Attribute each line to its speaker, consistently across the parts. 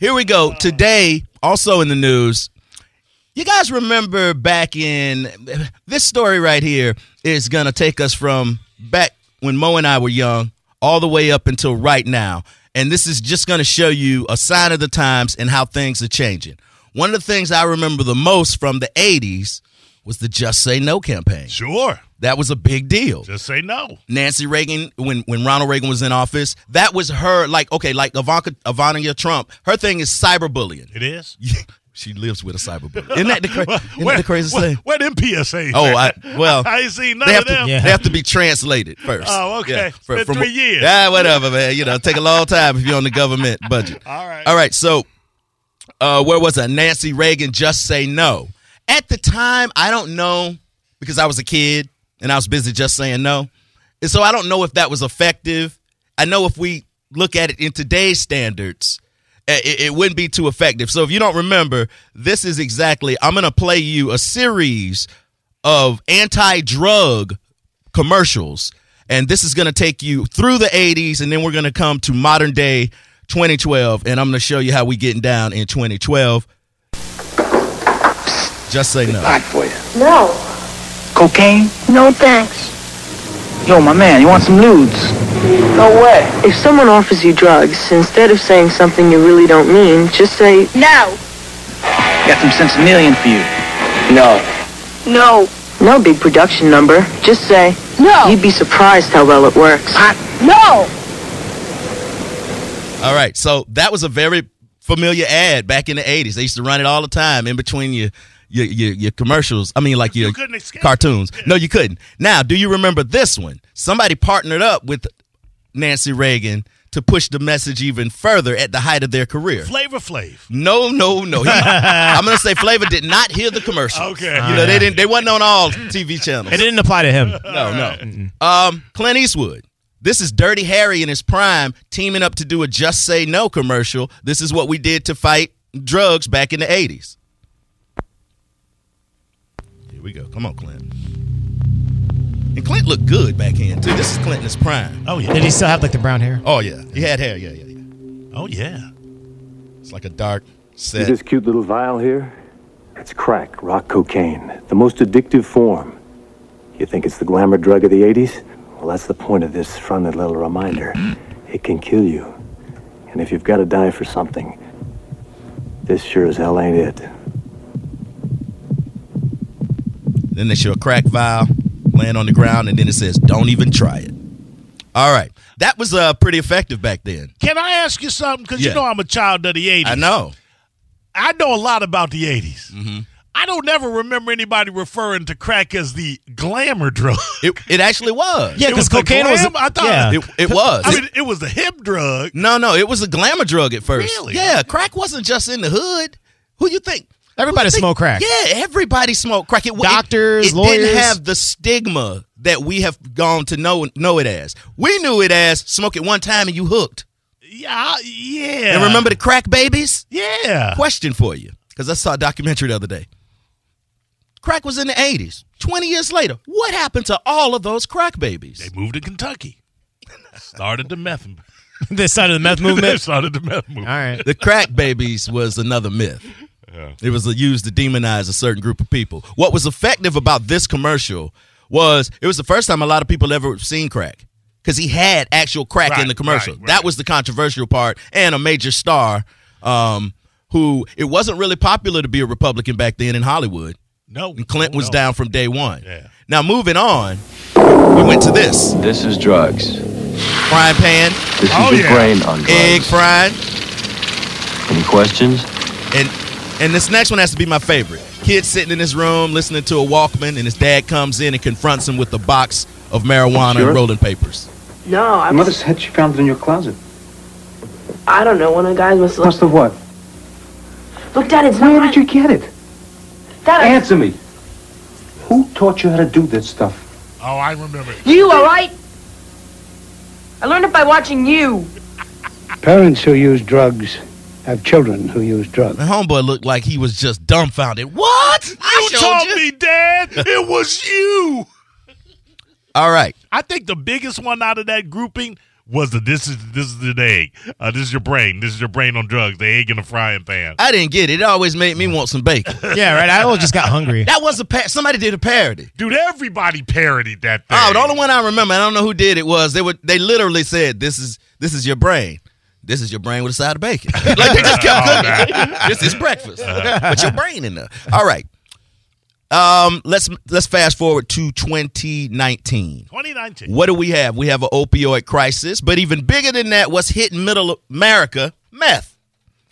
Speaker 1: Here we go. Today, also in the news, you guys remember back in this story right here is going to take us from back when Mo and I were young all the way up until right now. And this is just going to show you a sign of the times and how things are changing. One of the things I remember the most from the 80s was the Just Say No campaign.
Speaker 2: Sure.
Speaker 1: That was a big deal.
Speaker 2: Just say no.
Speaker 1: Nancy Reagan when when Ronald Reagan was in office. That was her like okay like Ivanka Ivanka Trump. Her thing is cyberbullying.
Speaker 2: It is.
Speaker 1: she lives with a cyberbully. Isn't that the, cra- isn't that the craziest
Speaker 2: where,
Speaker 1: thing?
Speaker 2: Where them PSAs?
Speaker 1: Oh, I,
Speaker 2: at?
Speaker 1: well,
Speaker 2: I ain't seen none
Speaker 1: they have
Speaker 2: of them.
Speaker 1: To, They have to be translated first.
Speaker 2: Oh, okay. Been three years.
Speaker 1: Yeah, whatever, man. You know, take a long time if you're on the government budget.
Speaker 2: All right.
Speaker 1: All right. So, uh, where was I? Nancy Reagan just say no. At the time, I don't know because I was a kid and I was busy just saying no, and so I don't know if that was effective. I know if we look at it in today's standards. eh, It, it wouldn't be too effective. So, if you don't remember, this is exactly. I'm going to play you a series of anti drug commercials. And this is going to take you through the 80s, and then we're going to come to modern day 2012. And I'm going to show you how we getting down in 2012. Just say no.
Speaker 3: Hot for you.
Speaker 4: No,
Speaker 3: Cocaine?
Speaker 4: no thanks.
Speaker 3: Yo, my man, you want some nudes? No way.
Speaker 5: If someone offers you drugs, instead of saying something you really don't mean, just say,
Speaker 4: No,
Speaker 3: Got some centennial for you. No.
Speaker 4: no,
Speaker 5: no big production number. Just say,
Speaker 4: no,
Speaker 5: you'd be surprised how well it works.
Speaker 4: no.
Speaker 1: All right. So that was a very familiar ad back in the 80s. They used to run it all the time in between your. Your, your, your commercials, I mean, like your
Speaker 2: couldn't escape it.
Speaker 1: cartoons. No, you couldn't. Now, do you remember this one? Somebody partnered up with Nancy Reagan to push the message even further at the height of their career.
Speaker 2: Flavor Flav.
Speaker 1: No, no, no. He- I'm gonna say Flavor did not hear the commercial.
Speaker 2: Okay.
Speaker 1: you know they didn't. They wasn't on all TV channels.
Speaker 6: It didn't apply to him.
Speaker 1: no, no. Um, Clint Eastwood. This is Dirty Harry in his prime, teaming up to do a "Just Say No" commercial. This is what we did to fight drugs back in the '80s. Here we go. Come on, Clint. And Clint looked good back in too. This is Clint in his prime.
Speaker 2: Oh yeah.
Speaker 6: Did he still have like the brown hair?
Speaker 1: Oh yeah, he had hair. Yeah, yeah, yeah.
Speaker 2: Oh yeah.
Speaker 1: It's like a dark set.
Speaker 7: See this cute little vial here? It's crack, rock cocaine, the most addictive form. You think it's the glamour drug of the 80s? Well, that's the point of this friendly little reminder. It can kill you. And if you've got to die for something, this sure as hell ain't it.
Speaker 1: Then they show a crack vial laying on the ground, and then it says, "Don't even try it." All right, that was uh, pretty effective back then.
Speaker 2: Can I ask you something? Because
Speaker 1: Yeah.
Speaker 2: you know I'm a child of the '80s.
Speaker 1: I know. Mm-hmm.
Speaker 2: I know a lot about the 80s. I don't ever remember anybody referring to crack as the glamour drug.
Speaker 1: It, it actually was.
Speaker 6: Yeah,
Speaker 2: It
Speaker 6: because
Speaker 2: was the
Speaker 6: cocaine was.
Speaker 2: glam? I thought-
Speaker 6: yeah.
Speaker 1: it, it was.
Speaker 2: I mean, it was the hip drug.
Speaker 1: no, no, it was a glamour drug at first.
Speaker 2: Really?
Speaker 1: Yeah, crack wasn't just in the hood. Who you think? who
Speaker 6: Everybody
Speaker 1: you think-
Speaker 6: smoked crack.
Speaker 1: Yeah, everybody smoked crack. It, it-
Speaker 6: Doctors,
Speaker 1: it, didn't
Speaker 6: lawyers.
Speaker 1: have the stigma that we have gone to know know it as. We knew it as smoke it one time and you hooked.
Speaker 2: Yeah, yeah.
Speaker 1: And remember the crack babies?
Speaker 2: Yeah.
Speaker 1: question for you because I saw a documentary the other day. Crack was in the 80s. 20 years later, what happened to all of those crack babies?
Speaker 2: They moved to Kentucky. Started the meth. movement.
Speaker 6: this side of the meth
Speaker 2: they
Speaker 6: movement.
Speaker 2: started the meth
Speaker 6: All
Speaker 2: movement.
Speaker 6: right.
Speaker 1: The crack babies was another myth. It was used to demonize a certain group of people. What was effective about this commercial was it was the first time a lot of people ever seen crack because he had actual crack in
Speaker 2: Right,
Speaker 1: the commercial.
Speaker 2: right, right.
Speaker 1: That was the controversial part and a major star um, who it wasn't really popular to be a Republican back then in Hollywood.
Speaker 2: No.
Speaker 1: And Clint
Speaker 2: oh,
Speaker 1: was
Speaker 2: no.
Speaker 1: down from day one.
Speaker 2: Yeah.
Speaker 1: Now moving on, we went to this
Speaker 8: This is drugs.
Speaker 1: frying pan,
Speaker 8: This
Speaker 2: Oh,
Speaker 8: is the
Speaker 2: yeah.
Speaker 8: brain on drugs.
Speaker 1: egg frying,
Speaker 8: Any questions?
Speaker 1: and and this next one has to be my favorite. Kid sitting in his room listening to a Walkman, and his dad comes in and confronts him with a box of marijuana
Speaker 3: Sure.
Speaker 1: and rolling papers.
Speaker 5: No, I,
Speaker 3: mother said she found it in your closet.
Speaker 5: I don't know. One of the guys must have.
Speaker 3: Must have what?
Speaker 5: Look, Dad, it's
Speaker 3: Where
Speaker 5: not
Speaker 3: did you get it?
Speaker 5: That
Speaker 3: Answer me. Who taught you how to do this stuff?
Speaker 2: Oh, I remember.
Speaker 5: you, all right? I learned it by watching you.
Speaker 9: Parents who use drugs have children who use drugs.
Speaker 1: The homeboy looked like he was just dumbfounded. What? I
Speaker 2: You
Speaker 1: showed
Speaker 2: taught
Speaker 1: you.
Speaker 2: me, Dad. It was you.
Speaker 1: All right,
Speaker 2: I think the biggest one out of that grouping was the this is this is an egg. Uh, this is your brain. This is your brain on drugs. The egg in a frying pan.
Speaker 1: I didn't get it. It always made me want some bacon.
Speaker 6: Yeah, right. I always just got hungry.
Speaker 1: That was a par- somebody did a parody.
Speaker 2: Dude, everybody parodied that thing.
Speaker 1: Oh, the only one I remember, I don't know who did it was they would they literally said this is this is your brain. This is your brain with a side of bacon. like they just kept cooking. this is breakfast. Put your brain in there. All right. Um, let's let's fast forward to 2019.
Speaker 2: 2019.
Speaker 1: What do we have? We have an opioid crisis, but even bigger than that, what's hitting middle America? Meth.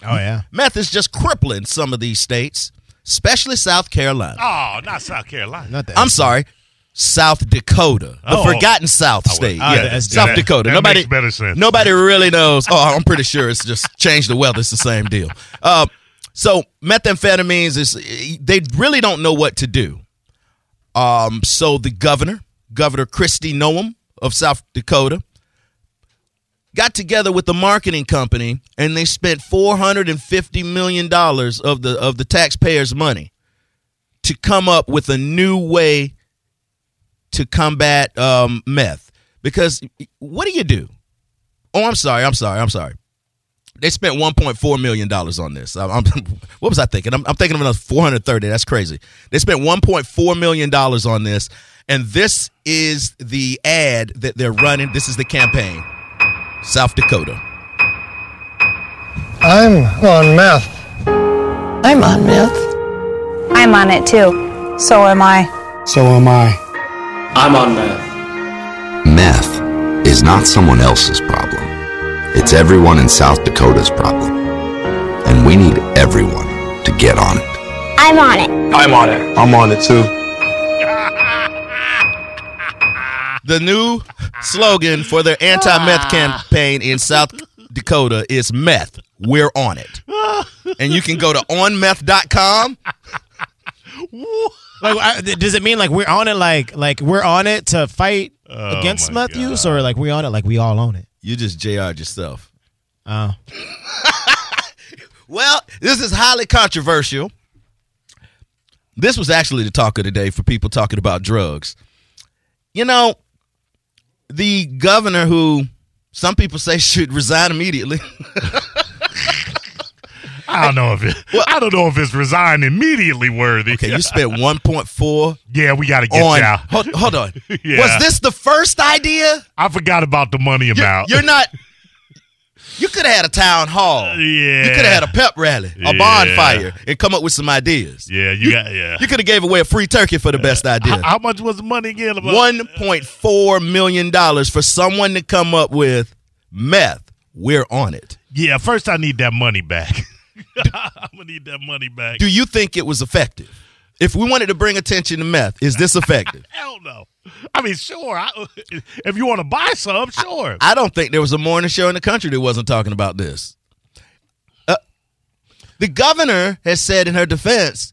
Speaker 6: Oh yeah.
Speaker 1: Meth is just crippling some of these states, especially South Carolina.
Speaker 2: Oh, not South Carolina.
Speaker 6: Not that.
Speaker 1: I'm sorry, South Dakota, the
Speaker 2: Oh.
Speaker 1: forgotten South state.
Speaker 6: Ah,
Speaker 1: yeah,
Speaker 6: that's-
Speaker 1: South
Speaker 2: that-
Speaker 1: Dakota.
Speaker 2: that
Speaker 1: nobody,
Speaker 2: makes better sense.
Speaker 1: nobody really knows. Oh, I'm pretty sure it's just change the weather. It's the same deal. Uh, so methamphetamines is they really don't know what to do. Um, so the governor, Governor Christy Noem of South Dakota, got together with the marketing company and they spent 450 million dollars of the of the taxpayers' money to come up with a new way to combat um, meth. Because what do you do? Oh, I'm sorry. I'm sorry. I'm sorry. They spent 1.4 million dollars on this. I'm, I'm, what was I thinking? I'm, I'm thinking of another 430. That's crazy. They spent 1.4 million dollars on this, and this is the ad that they're running. This is the campaign. South Dakota.
Speaker 10: I'm on meth. I'm on meth.
Speaker 4: I'm on it too. So am I.
Speaker 9: So am I.
Speaker 8: I'm on meth.
Speaker 11: Meth is not someone else's problem. It's everyone in South Dakota's problem. And we need everyone to get on it.
Speaker 4: I'm on it.
Speaker 8: I'm on it.
Speaker 10: I'm on it too.
Speaker 1: The new slogan for their anti meth campaign in South Dakota is meth. We're on it. And you can go to onmeth.com.
Speaker 6: Like, I, th- does it mean like we're on it? Like, like we're on it to fight against
Speaker 2: my
Speaker 6: meth use, or like we on it? Like we all own it.
Speaker 1: You just JR'd yourself.
Speaker 2: Uh.
Speaker 6: Oh,
Speaker 1: Well, this is highly controversial. This was actually the talk of the day for people talking about drugs. You know, the governor who some people say should resign immediately.
Speaker 2: I don't know if it. I don't know if it's resign immediately worthy.
Speaker 1: Okay, you spent 1.4
Speaker 2: yeah, we got to get
Speaker 1: on.
Speaker 2: y'all.
Speaker 1: Hold, hold on.
Speaker 2: Yeah.
Speaker 1: Was this the first idea?
Speaker 2: I forgot about the money
Speaker 1: You're,
Speaker 2: amount.
Speaker 1: you're not. You could have had a town hall.
Speaker 2: yeah.
Speaker 1: You could have had a pep rally, a
Speaker 2: Yeah.
Speaker 1: bonfire, and come up with some ideas.
Speaker 2: yeah, you, got. Yeah.
Speaker 1: You could have gave away a free turkey for the best idea.
Speaker 2: How, how much was the money again? About?
Speaker 1: One point four million dollars for someone to come up with meth. We're on it.
Speaker 2: Yeah, first I need that money back. I'm gonna need that money back.
Speaker 1: Do you think it was effective? If we wanted to bring attention to meth, is this effective?
Speaker 2: Hell no. I mean, sure. I, if you want to buy some, sure.
Speaker 1: I don't think there was a morning show in the country that wasn't talking about this. Uh, the governor has said in her defense,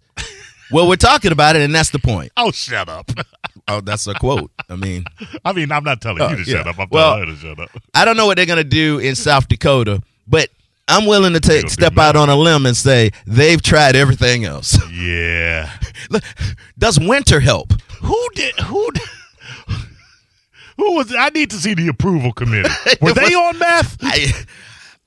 Speaker 1: "Well, we're talking about it, and that's the point."
Speaker 2: oh, shut up.
Speaker 1: Oh, that's a quote. I mean,
Speaker 2: I mean, I'm not telling
Speaker 1: Oh,
Speaker 2: you to
Speaker 1: yeah.
Speaker 2: shut up. I'm
Speaker 1: Well,
Speaker 2: telling her to shut up.
Speaker 1: I don't know what they're gonna do in South Dakota, but I'm willing to
Speaker 2: gonna
Speaker 1: take
Speaker 2: do
Speaker 1: step out on a limb and say they've tried everything else.
Speaker 2: Yeah.
Speaker 1: Look, Does winter help?
Speaker 2: Who did? Who? Did, who was? I need to see the approval committee. Were they on meth?
Speaker 1: I, I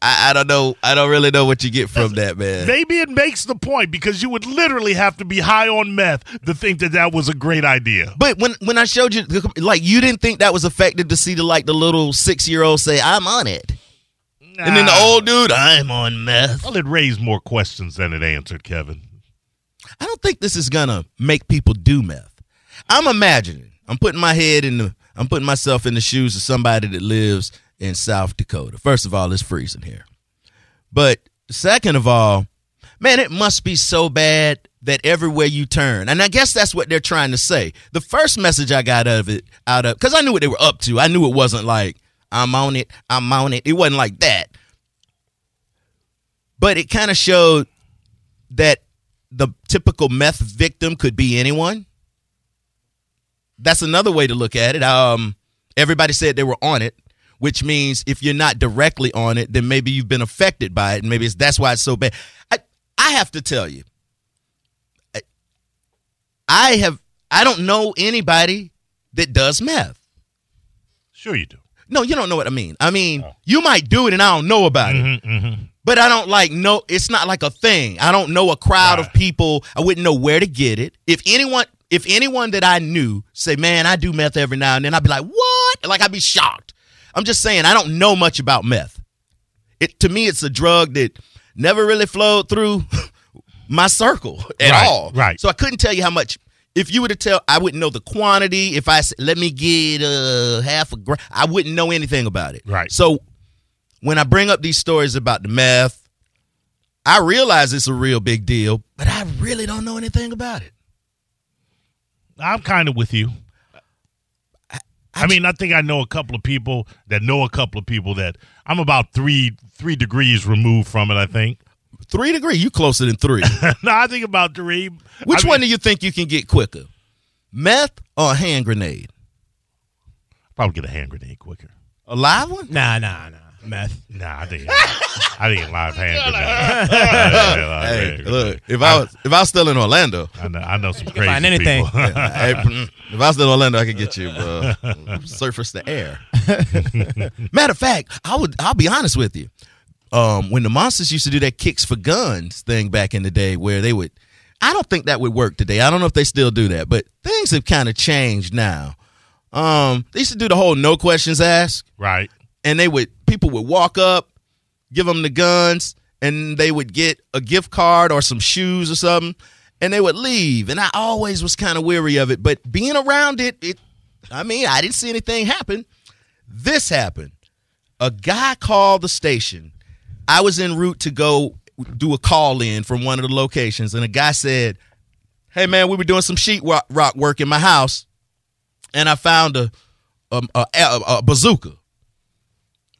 Speaker 1: I don't know. I don't really know what you get from that, man.
Speaker 2: Maybe it makes the point because you would literally have to be high on meth to think that that was a great idea.
Speaker 1: But when when I showed you, like you didn't think that was effective to see the like the little six year old say, "I'm on it," and then the
Speaker 2: Nah.
Speaker 1: old dude, "I'm on meth."
Speaker 2: Well, it raised more questions than it answered, Kevin.
Speaker 1: I don't think this is gonna make people do meth. I'm imagining. I'm putting my head in the. I'm putting myself in the shoes of somebody that lives in South Dakota. First of all, it's freezing here. But second of all, man, it must be so bad that everywhere you turn, and I guess that's what they're trying to say. The first message I got out of it, out of, because I knew what they were up to. I knew it wasn't like I'm on it, I'm on it. It wasn't like that. But it kind of showed that the typical meth victim could be anyone. That's another way to look at it. Um, everybody said they were on it, which means if you're not directly on it, then maybe you've been affected by it, and maybe it's, that's why it's so bad. I I have to tell you, I- I have I don't know anybody that does meth.
Speaker 2: Sure, you do.
Speaker 1: No, you don't know what I mean. I mean,
Speaker 2: Oh.
Speaker 1: you might do it and I don't know about it.
Speaker 2: Mm-hmm,
Speaker 1: But I don't like no it's not like a thing. I don't know a crowd of people. I wouldn't know where to get it. If anyone if anyone that I knew say, "Man, I do meth every now and then." I'd be like, "What?" Like I'd be shocked. I'm just saying I don't know much about meth. It to me it's a drug that never really flowed through my circle at
Speaker 2: Right,
Speaker 1: all.
Speaker 2: right.
Speaker 1: So I couldn't tell you how much. If you were to tell, I wouldn't know the quantity. If I said, let me get uh, half a gram, I wouldn't know anything about it.
Speaker 2: Right.
Speaker 1: So when I bring up these stories about the meth, I realize it's a real big deal, but I really don't know anything about it.
Speaker 2: I'm kind of with you. I mean, I think I know a couple of people that know a couple of people that I'm about three three degrees removed from it. I think.
Speaker 1: Three degree, you closer than three.
Speaker 2: no, I think about three.
Speaker 1: Which
Speaker 2: I
Speaker 1: one
Speaker 2: mean,
Speaker 1: do you think you can get quicker, meth or a hand grenade?
Speaker 2: Probably get a hand grenade quicker.
Speaker 1: A live one?
Speaker 6: Nah, nah, nah. Meth.
Speaker 2: Nah, I think. I think live hand grenade. I think live
Speaker 1: Hey,
Speaker 2: hand grenade.
Speaker 1: look, if I was if I was still in Orlando,
Speaker 2: I know, I know some crazy
Speaker 6: find anything.
Speaker 2: people.
Speaker 1: Hey, mm, if I was in Orlando, I could get you uh, surface to air. Matter of fact, I would. I'll be honest with you. Um, when the monsters used to do that kicks for guns thing back in the day, where they would, I don't think that would work today. I don't know if they still do that, but things have kind of changed now. Um, they used to do the whole no questions asked,
Speaker 2: right.
Speaker 1: and they would people would walk up, give them the guns, and they would get a gift card or some shoes or something, and they would leave. And I always was kind of weary of it, but being around it, it, I mean, I didn't see anything happen. This happened. A guy called the station. I was en route to go do a call in from one of the locations, and a guy said, "Hey man, we were doing some sheet rock- rock work in my house, and I found a a, a, a, a bazooka."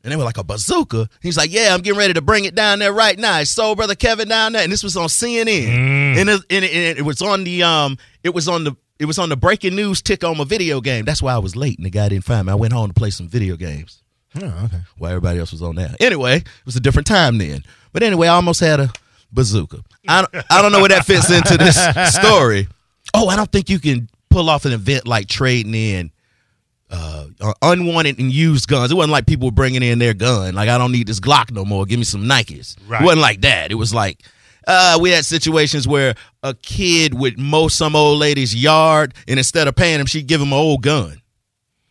Speaker 1: And they were like, a bazooka? He's like, yeah, I'm getting ready to bring it down there right now. It's Soul Brother Kevin down there. And this was on CNN. And, it, and, it, and it was on the, um, it was on the, it was on the breaking news tick on my video game. That's why I was late and the guy didn't find me. I went home to play some video games.
Speaker 2: Oh,
Speaker 1: okay. While everybody else was on that. Anyway, it was a different time then. But anyway, I almost had a bazooka. I, don't- I don't know where that fits into this story. Oh, I don't think you can pull off an event like trading in uh, unwanted and used guns. It wasn't like people were bringing in their gun. Like I don't need this Glock no more. Give me some Nikes.
Speaker 2: Right.
Speaker 1: It wasn't like that. It was like uh, we had situations where a kid would mow some old lady's yard, and instead of paying him, she'd give him an old gun.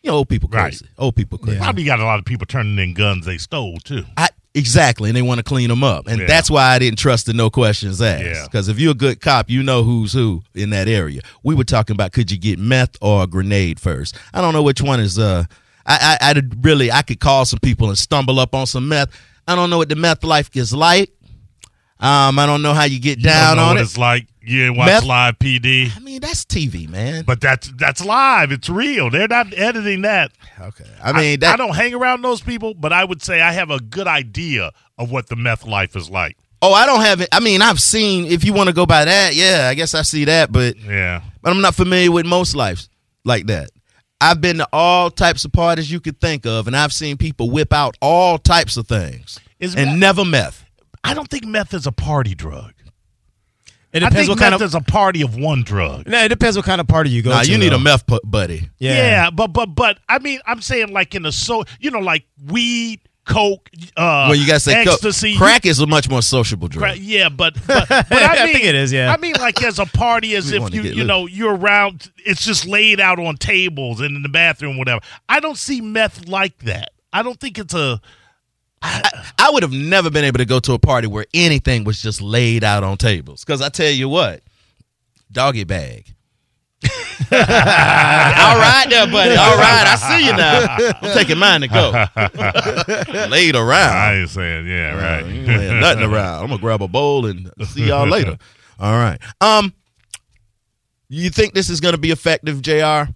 Speaker 1: You know, old people
Speaker 2: Right.
Speaker 1: crazy. Old people crazy.
Speaker 2: Probably got a lot of people turning in guns they stole too.
Speaker 1: I, exactly, and they want to clean them up, and
Speaker 2: Yeah.
Speaker 1: that's why I didn't trust the no questions asked.
Speaker 2: Yeah.
Speaker 1: Because if you're a good cop, you know who's who in that area. We were talking about could you get meth or a grenade first? I don't know which one is. Uh, I, I, I really I could call some people and stumble up on some meth. I don't know what the meth life is like. Um, I don't know how you get
Speaker 2: I
Speaker 1: down
Speaker 2: don't know
Speaker 1: on
Speaker 2: what
Speaker 1: it.
Speaker 2: it's like. You didn't watch
Speaker 1: Meth-
Speaker 2: live PD,
Speaker 1: I mean, that's TV, man.
Speaker 2: but that's that's live. It's real. They're not editing that.
Speaker 1: okay, I mean
Speaker 2: I
Speaker 1: that.
Speaker 2: don't hang around those people, but I would say I have a good idea of what the meth life is like.
Speaker 1: oh, I don't have it. I mean, I've seen. If you want to go by that, yeah, I guess I see that, but.
Speaker 2: Yeah.
Speaker 1: but I'm not familiar with most lives like that. I've been to all types of parties you could think of, and I've seen people whip out all types of things
Speaker 2: Is
Speaker 1: and
Speaker 2: meth-
Speaker 1: never meth.
Speaker 2: I don't think meth is a party drug.
Speaker 6: It
Speaker 2: I
Speaker 6: depends
Speaker 2: think meth
Speaker 6: what kind of.
Speaker 2: is a party of one drug.
Speaker 6: No, it depends what kind of party you go
Speaker 1: Nah,
Speaker 6: to.
Speaker 1: you need
Speaker 6: though.
Speaker 1: a meth pu- buddy.
Speaker 6: Yeah.
Speaker 2: but but but I mean, I'm saying like in the so you know like weed, coke, uh,
Speaker 1: well, you gotta say co-
Speaker 2: ecstasy,
Speaker 1: crack is a much more sociable drug.
Speaker 2: Right, yeah, but but, but I, mean,
Speaker 6: I think it is, yeah.
Speaker 2: I mean, like as a party, as
Speaker 1: We
Speaker 2: if
Speaker 1: wanna
Speaker 2: you
Speaker 1: get
Speaker 2: you
Speaker 1: loose.
Speaker 2: know you're around. It's just laid out on tables and in the bathroom, whatever. I don't see meth like that. I don't think it's a
Speaker 1: I would have never been able to go to a party where anything was just laid out on tables. Because I tell you what, doggy bag. all right, there, buddy. All right, I see you now. I'm taking mine to go. laid around.
Speaker 2: ain't saying, yeah,
Speaker 1: You ain't laying nothing around. I'm gonna grab a bowl and see y'all later. All right. Um, you think this is gonna be effective, Jr.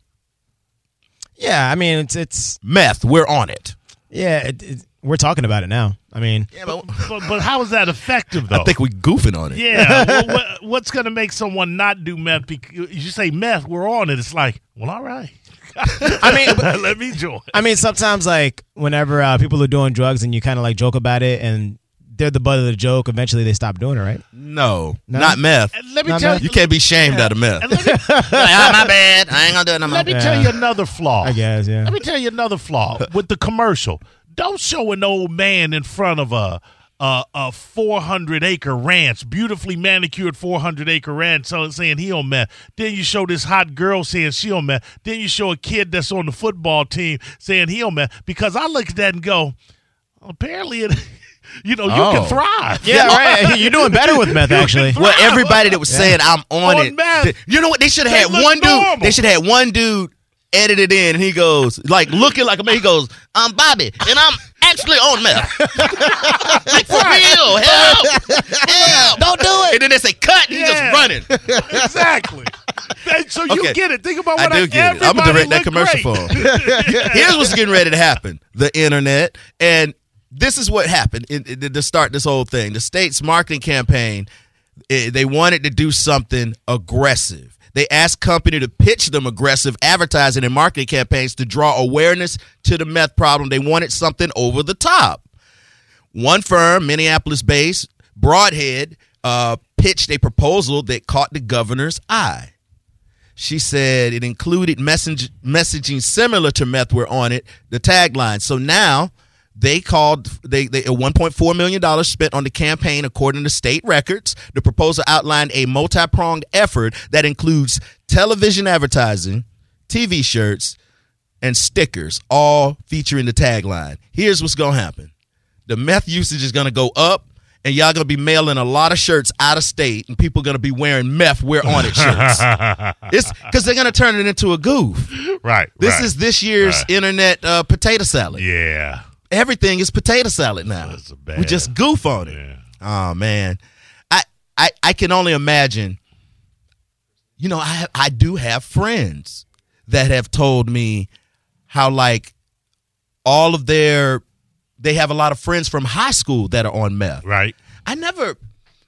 Speaker 6: Yeah, I mean, it's it's
Speaker 1: Meth, we're on it.
Speaker 6: yeah. It, it, we're talking about it now. I mean,
Speaker 1: Yeah, but
Speaker 2: but, but how is that effective though?
Speaker 1: I think we goofing on it.
Speaker 2: yeah, well, what, what's going to make someone not do meth? Because you say meth, we're on it. It's like, well, all right.
Speaker 6: I mean, but-
Speaker 2: let me join.
Speaker 6: I mean, sometimes like whenever uh, people are doing drugs and you kind of like joke about it, and they're the butt of the joke. Eventually, they stop doing it, right?
Speaker 1: No,
Speaker 6: No?
Speaker 1: not meth.
Speaker 6: And let me Not tell meth? you-
Speaker 1: you can't be shamed out of meth. oh, my bad. I ain't gonna do it no more.
Speaker 2: Let me
Speaker 1: Yeah.
Speaker 2: tell you another flaw.
Speaker 6: I guess, yeah.
Speaker 2: Let me tell you another flaw with the commercial. Don't show an old man in front of a a, a 400 acre ranch, beautifully manicured 400 acre ranch, so saying he on meth. Then you show this hot girl saying she on meth. Then you show a kid that's on the football team saying he on meth. Because I look at that and go, apparently it. You know, you
Speaker 1: Oh.
Speaker 2: can thrive.
Speaker 6: Yeah, right. You're doing better with meth, actually.
Speaker 1: Well, everybody that was saying I'm on,
Speaker 2: On
Speaker 1: it,
Speaker 2: meth.
Speaker 1: th- you know what? They should
Speaker 2: They
Speaker 1: have had
Speaker 2: look
Speaker 1: one dude.
Speaker 2: normal.
Speaker 1: They should have had one dude edited in, and he goes like looking like a man. He goes, "I'm Bobby, and I'm actually on meth. like for real, help, help, don't do it." And then they say cut, and
Speaker 2: Yeah.
Speaker 1: he's just running.
Speaker 2: exactly. And so you
Speaker 1: Okay.
Speaker 2: get it. Think about
Speaker 1: I
Speaker 2: what
Speaker 1: do get it. I'm gonna
Speaker 2: everybody
Speaker 1: direct that
Speaker 2: look
Speaker 1: commercial
Speaker 2: great.
Speaker 1: for him. Here's what's getting ready to happen: the internet, and this is what happened in, in- to start this whole thing. The state's marketing campaign, eh, they wanted to do something aggressive. They asked company to pitch them aggressive advertising and marketing campaigns to draw awareness to the meth problem. They wanted something over the top one firm, Minneapolis based, Broadhead, uh, pitched a proposal that caught the governor's eye. She said it included message, messaging similar to meth were on it, the tagline. So now they called they, they $1.4 million spent on the campaign according to state records. The proposal outlined a multi-pronged effort that includes television advertising, TV shirts, and stickers, all featuring the tagline. Here's what's gonna happen the meth usage is going to go up and y'all going to be mailing a lot of shirts out of state and people going to be wearing meth we're on it shirts it's because they're going to turn it into a goof
Speaker 2: Right.
Speaker 1: this
Speaker 2: right.
Speaker 1: is this year's
Speaker 2: Right.
Speaker 1: internet uh, potato salad
Speaker 2: Yeah.
Speaker 1: everything is potato salad now
Speaker 2: That's a bad-
Speaker 1: we just goof on it
Speaker 2: Yeah.
Speaker 1: oh man I, I i can only imagine you know i i do have friends that have told me how like all of their they have a lot of friends from high school that are on meth
Speaker 2: Right.
Speaker 1: I never.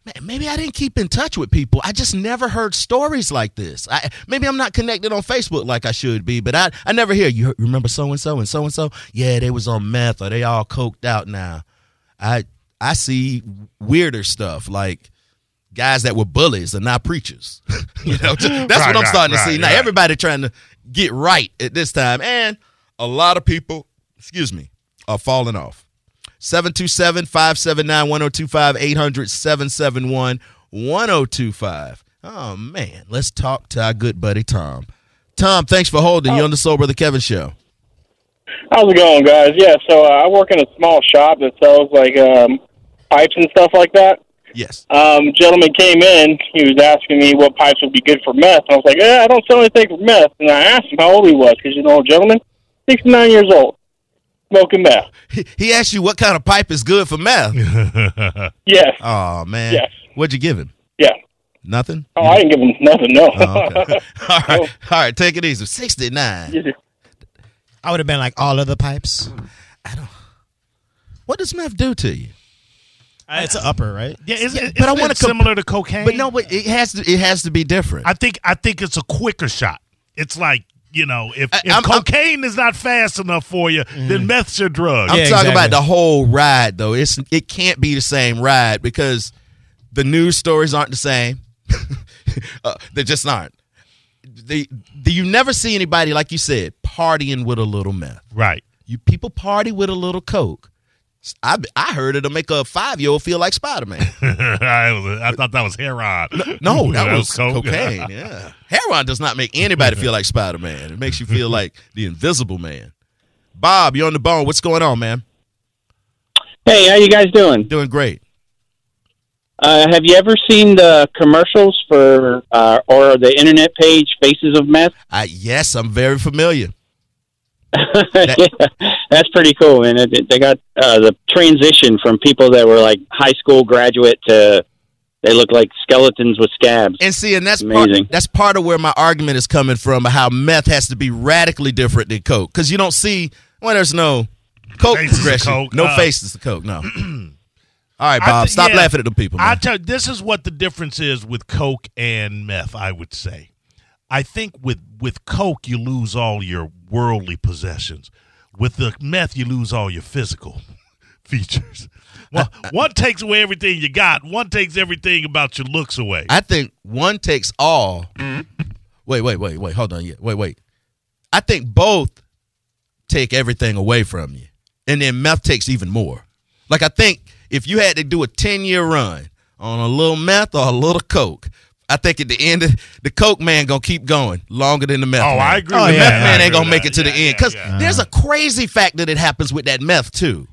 Speaker 1: ma- Maybe I didn't keep in touch with people. I just never heard stories like this. I, maybe I'm not connected on Facebook like I should be, but I, I never hear you remember so and so and so and so. Yeah, they was on meth or they all coked out now. I I see weirder stuff like guys that were bullies and not preachers. you know, that's
Speaker 2: Right,
Speaker 1: what I'm
Speaker 2: right,
Speaker 1: starting to
Speaker 2: right,
Speaker 1: see now.
Speaker 2: right.
Speaker 1: Everybody trying to get right at this time, and a lot of people, excuse me, are falling off. 727 579 1025 800 771 1025. Oh, man. Let's talk to our good buddy Tom. Tom, thanks for holding. you on the Soul Brother Kevin show.
Speaker 12: How's it going, guys? Yeah, so uh, I work in a small shop that sells like um, pipes and stuff like that.
Speaker 1: Yes.
Speaker 12: Um, gentleman came in. He was asking me what pipes would be good for meth. I was like, eh, I don't sell anything for meth. And I asked him how old he was because he's an old gentleman, sixty-nine years old, smoking meth.
Speaker 1: He, he asked you what kind of pipe is good for meth.
Speaker 12: Yes,
Speaker 10: Uh,
Speaker 1: oh, man.
Speaker 12: Yes.
Speaker 1: What'd you give him?
Speaker 12: yeah.
Speaker 1: Nothing?
Speaker 13: Uh,
Speaker 12: Oh, I didn't give him nothing. No.
Speaker 1: Oh, okay. All right. All right. Take it easy. 69.
Speaker 6: I would have been like all other pipes.
Speaker 1: What does meth do to you?
Speaker 6: It's an upper, right?
Speaker 2: Yeah, is,
Speaker 1: Yeah,
Speaker 2: but I want to
Speaker 1: comp-
Speaker 2: similar to cocaine.
Speaker 1: But no, but it has to, it has to be different.
Speaker 2: I think I think it's a quicker shot. It's like you know, if,
Speaker 1: I- I'm-
Speaker 2: if
Speaker 1: I'm-
Speaker 2: cocaine is not fast enough for you, then meth's your drug.
Speaker 1: I'm talking
Speaker 6: Yeah, exactly.
Speaker 1: about the whole ride though. It's it can't be the same ride because the news stories aren't the same. uh, they just aren't. The, the you never see anybody like you said partying with a little meth.
Speaker 2: right.
Speaker 1: You people party with a little coke. I I heard it'll make a five year old feel like Spider Man.
Speaker 2: I, was- I thought that was heroin.
Speaker 1: No, that, was,
Speaker 2: coke.
Speaker 1: cocaine. yeah, heroin does not make anybody feel like Spider Man. It makes you feel like the Invisible Man. Bob, you're on the bone. What's going on, man?
Speaker 12: Hey, how you guys doing?
Speaker 1: Doing great.
Speaker 12: Uh, have you ever seen the commercials for uh, or the internet page Faces of Meth?
Speaker 1: I Uh, yes, I'm very familiar.
Speaker 12: That's pretty cool, man. It- it- They got uh, the transition from people that were like high school graduate to they look like skeletons with scabs.
Speaker 1: And see, and that's
Speaker 12: Amazing.
Speaker 1: part, that's part of where my argument is coming from. How meth has to be radically different than coke because you don't see well, there's no coke
Speaker 2: Faces of
Speaker 1: progression,
Speaker 2: coke,
Speaker 1: no
Speaker 2: uh,
Speaker 1: faces to coke. No. All right,
Speaker 2: I
Speaker 1: Bob,
Speaker 2: thi-
Speaker 1: stop
Speaker 2: yeah.
Speaker 1: laughing at the people.
Speaker 2: I
Speaker 1: Man.
Speaker 2: tell this is what the difference is with coke and meth. I would say, I think with with coke you lose all your worldly possessions. With the meth you lose all your physical features. Well, one takes away everything you got. One takes everything about your looks away.
Speaker 1: I think one takes all.
Speaker 2: Mm-hmm.
Speaker 1: Wait, wait, wait, wait. Hold on. Yeah, wait, wait. I think both take everything away from you, and then meth takes even more. Like I think if you had to do a ten year run on a little meth or a little coke. I think at the end, of, the coke man gonna keep going longer than the meth.
Speaker 2: Oh,
Speaker 1: man.
Speaker 2: I agree
Speaker 1: The
Speaker 2: with
Speaker 1: meth
Speaker 2: that.
Speaker 1: man
Speaker 2: I
Speaker 1: ain't
Speaker 2: agree
Speaker 1: gonna
Speaker 2: with
Speaker 1: make
Speaker 2: that.
Speaker 1: it to the
Speaker 2: Yeah,
Speaker 1: end because
Speaker 2: yeah, yeah.
Speaker 1: there's a crazy factor that happens with that meth too,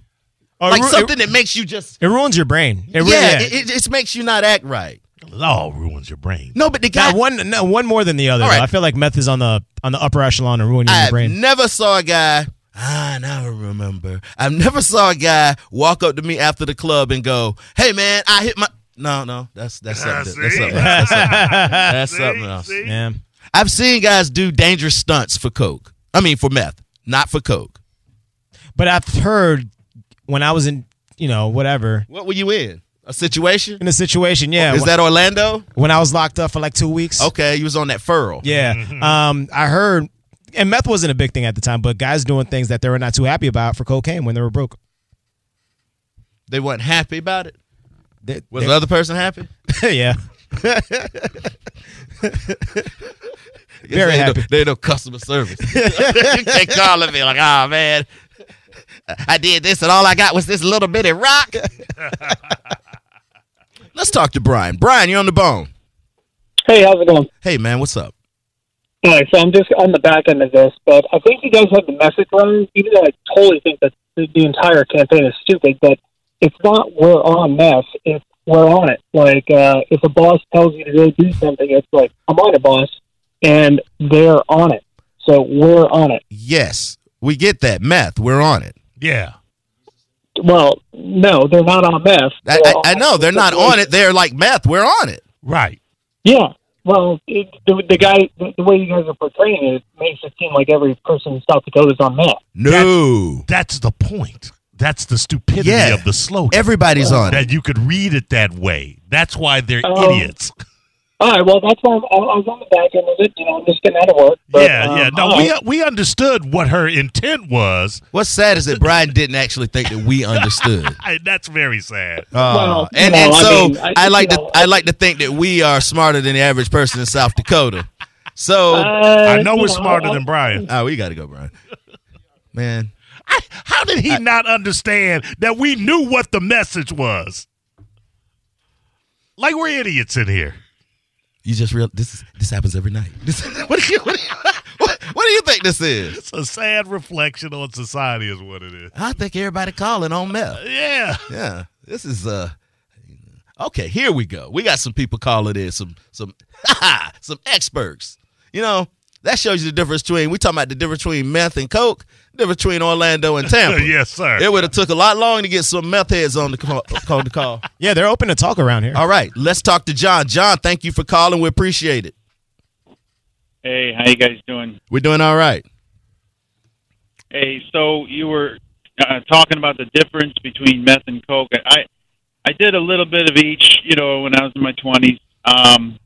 Speaker 1: like
Speaker 6: ru-
Speaker 1: something that makes you just
Speaker 6: It ruins your brain. It really,
Speaker 1: yeah, it, it just makes you not act right.
Speaker 2: It all ruins your brain.
Speaker 1: No, but the guy
Speaker 6: Nah, one, no, one more than the other.
Speaker 1: All
Speaker 6: though.
Speaker 1: right.
Speaker 6: I feel like meth is on the on the upper echelon of ruining your
Speaker 1: I've
Speaker 6: brain.
Speaker 1: never saw a guy. Ah, now I remember. I've never saw a guy walk up to me after the club and go, "Hey, man, I hit my." No, no, that's that's something. That's something. That's something. That's something else.
Speaker 6: Yeah.
Speaker 1: I've seen guys do dangerous stunts for coke. I mean, for meth, not for coke.
Speaker 6: But I've heard when I was in, you know, whatever,
Speaker 1: What were you in? A situation?
Speaker 6: in a situation, yeah.
Speaker 1: Is
Speaker 6: wh-
Speaker 1: that Orlando?
Speaker 6: when I was locked up for like two weeks?
Speaker 1: Okay, you was on that furl.
Speaker 6: Yeah. Um, I heard, and meth wasn't a big thing at the time, but guys doing things that they were not too happy about for cocaine when they were broke.
Speaker 1: They weren't happy about it.
Speaker 6: They-
Speaker 1: Was the other person happy?
Speaker 6: they- yeah. Very
Speaker 1: they ain't
Speaker 6: happy.
Speaker 1: No, they ain't no customer service. they calling me like, oh man, I did this and all I got was this little bitty rock. Let's talk to Brian. Brian, you're on the bone.
Speaker 14: Hey, how's it going?
Speaker 1: Hey man, what's up?
Speaker 14: All right, so I'm just on the back end of this, but I think you guys have the message wrong. Even though I totally think that the the entire campaign is stupid, but it's not we're on meth. It's we're on it. Like uh, if a boss tells you to go do something, it's like I'm on it, boss, and they're on it. So we're on it.
Speaker 1: Yes, we get that meth. We're on it.
Speaker 2: Yeah.
Speaker 14: Well, no, they're not on meth.
Speaker 1: I, I, I know they're not on it. They're like meth. We're on it.
Speaker 2: Right.
Speaker 14: Yeah. Well, it, the, the guy, the, the way you guys are portraying it, makes it seem like every person in South Dakota is on meth.
Speaker 1: No.
Speaker 2: That's the point. That's the stupidity
Speaker 1: Yeah.
Speaker 2: of the slogan.
Speaker 1: Everybody's on it.
Speaker 2: That you could read it that way. That's why they're
Speaker 14: Oh.
Speaker 2: idiots.
Speaker 14: All right, well, that's why I'm, I I was on the back end of it. You know, I'm just getting out of work. But,
Speaker 2: yeah,
Speaker 14: um,
Speaker 2: yeah. No,
Speaker 14: all
Speaker 2: we uh,
Speaker 14: right.
Speaker 2: we understood what her intent was.
Speaker 1: What's sad is that Brian didn't actually think that we understood.
Speaker 2: I, that's very sad.
Speaker 1: Uh,
Speaker 14: Well,
Speaker 1: and,
Speaker 14: no,
Speaker 1: and
Speaker 14: I
Speaker 1: so I,
Speaker 14: mean, I-
Speaker 1: like
Speaker 14: you
Speaker 1: to
Speaker 14: know,
Speaker 1: I like to think that we are smarter than the average person in South Dakota. So
Speaker 14: Uh,
Speaker 2: I know
Speaker 14: you
Speaker 2: we're smarter
Speaker 14: I-
Speaker 2: than Brian.
Speaker 1: oh, we got to go, Brian. Man,
Speaker 2: I, how did he not understand that we knew what the message was? Like we're idiots in here.
Speaker 1: you just real this is this happens every night. This, what do you what do you, what, what do you think this is?
Speaker 2: It's a sad reflection on society, is what it is.
Speaker 1: I think everybody calling on Mel.
Speaker 2: Yeah.
Speaker 1: Yeah, this is uh okay. Here we go. We got some people calling in some some some experts. You know that shows you the difference between we talking about the difference between meth and coke, difference between Orlando and Tampa.
Speaker 2: yes, sir.
Speaker 1: It would have took a lot long to get some meth heads on the call. on the call.
Speaker 6: Yeah, they're open to talk around here.
Speaker 1: All right, let's talk to John. John, thank you for calling. We appreciate it.
Speaker 13: Hey, how you guys doing?
Speaker 1: We're doing all right.
Speaker 13: Hey, so you were uh, talking about the difference between meth and coke. I I did a little bit of each, you know, when I was in my twenties. Um,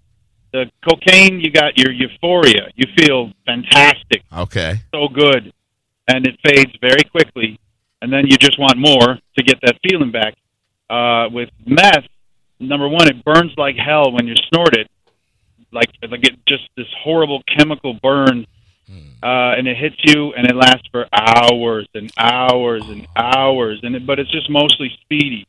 Speaker 13: the cocaine, you got your euphoria. You feel fantastic,
Speaker 1: Okay.
Speaker 13: so good, and it fades very quickly, and then you just want more to get that feeling back. Uh, with meth, number one, it burns like hell when you snort it, like like it just this horrible chemical burn uh, and it hits you, and it lasts for hours and hours and hours, and it, but it's just mostly speedy.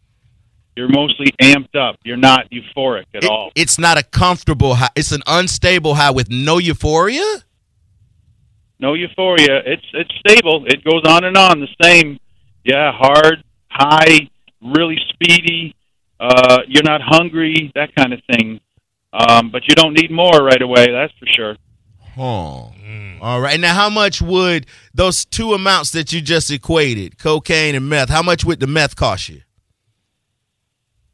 Speaker 13: You're mostly amped up. You're not euphoric
Speaker 1: It-
Speaker 13: at all.
Speaker 1: it's not a comfortable high. It's an unstable high with no euphoria.
Speaker 13: No euphoria. It's it's stable. It goes on and on. The same. Yeah, hard, high, really speedy. Uh, you're not hungry. That kind of thing. Um, but you don't need more right away. That's for sure.
Speaker 1: Huh. Mm. All right. Now, how much would those two amounts that you just equated, cocaine and meth, how much would the meth cost you?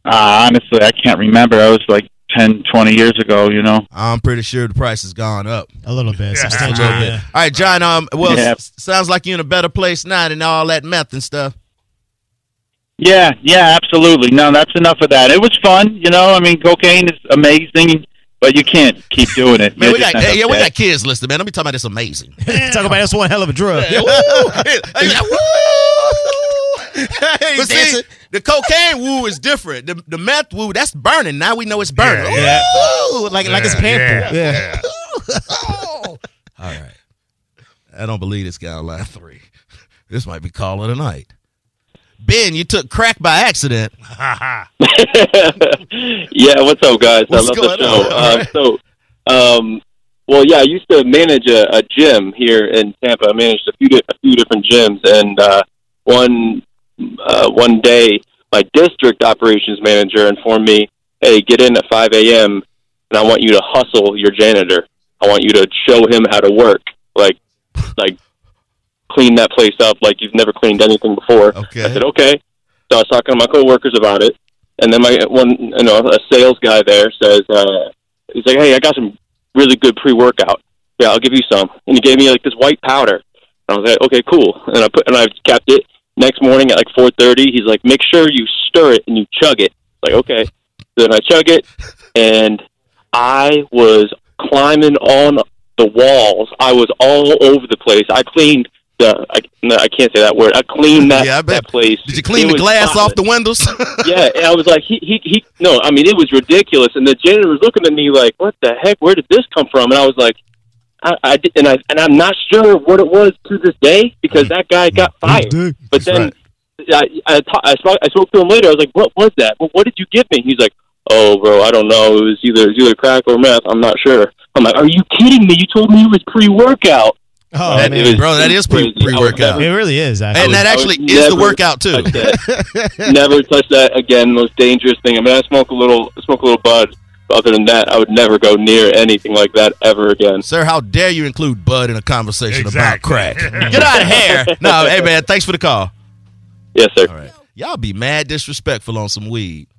Speaker 13: Uh, honestly, I can't remember. I was like ten, twenty years ago. You know.
Speaker 1: I'm pretty sure the price has gone up.
Speaker 6: A little bit,
Speaker 1: A
Speaker 6: substantial.
Speaker 1: little bit.
Speaker 6: yeah.
Speaker 1: All right, John. Um, well,
Speaker 13: Yeah.
Speaker 1: s- sounds like you're in a better place now than all that meth and stuff.
Speaker 13: Yeah, yeah, absolutely. No, that's enough of that. It was fun, you know. I mean, cocaine is amazing, but you can't keep doing it.
Speaker 1: Man,
Speaker 13: You'll
Speaker 1: we
Speaker 13: just
Speaker 1: got,
Speaker 13: end up
Speaker 1: yeah, we
Speaker 13: dead.
Speaker 1: got kids listening, man. Let me talk about this amazing.
Speaker 6: Talk about that's one hell of a drug.
Speaker 1: Yeah, woo! Hey, like, woo! but see, the cocaine woo is different. The, the meth woo, that's burning. Now we know it's burning.
Speaker 6: yeah.
Speaker 1: Ooh,
Speaker 6: Like- like it's painful. Yeah.
Speaker 1: All right. I don't believe this guy on line three. This might be calling a night. Ben, you took crack by accident.
Speaker 13: yeah, what's up, guys?
Speaker 1: What's
Speaker 13: I love
Speaker 1: going
Speaker 13: the show.
Speaker 1: on?
Speaker 13: Um, so, um, well, yeah, I used to manage a, a gym here in Tampa. I managed a few di- a few different gyms, and uh, one uh, one day, my district operations manager informed me, "Hey, get in at 5 a.m. and I want you to hustle your janitor. I want you to show him how to work, like like clean that place up like you've never cleaned anything before." I said, "Okay." So I was talking to my coworkers about it, and then my one, you know, a sales guy there says, uh, he's like, "Hey, I got some really good pre-workout. Yeah, I'll give you some." And he gave me like this white powder. And I was like, "Okay, cool." And I put and I kept it. Next morning at like 4:30, he's like, "Make sure you stir it and you chug it." Like, okay. Then I chug it, and I was climbing on the walls. I was all over the place. I cleaned the. I, no, I can't say that word. I cleaned that, that place.
Speaker 1: Did you clean the glass off the windows?
Speaker 13: yeah, and I was like, he, he, he, no, I mean, it was ridiculous. And the janitor was looking at me like, what the heck? Where did this come from? And I was like, I, I did, and I, and I'm not sure what it was to this day because that guy got
Speaker 1: Mm-hmm.
Speaker 13: fired. But then I, I, ta- I, spoke, I spoke to him later. I was like, what was that? What, what did you give me? He's like, oh, bro, I don't know. It was either, it was either crack or meth. I'm not sure. I'm like, are you kidding me? You told me it was pre-workout.
Speaker 6: Oh,
Speaker 1: That-
Speaker 6: man.
Speaker 1: bro, that is pre- pre-workout.
Speaker 6: It really is. Actually.
Speaker 1: And that actually is the workout too.
Speaker 13: never touch that again. Most dangerous thing. I mean, I smoke a little, smoke a little bud. But other than that, I would never go near anything like that ever again.
Speaker 1: Sir, how dare you include Bud in a conversation about crack? Get out of here. No, hey man, thanks for the call.
Speaker 13: Yes, sir.
Speaker 1: Y'all be mad disrespectful on some weed.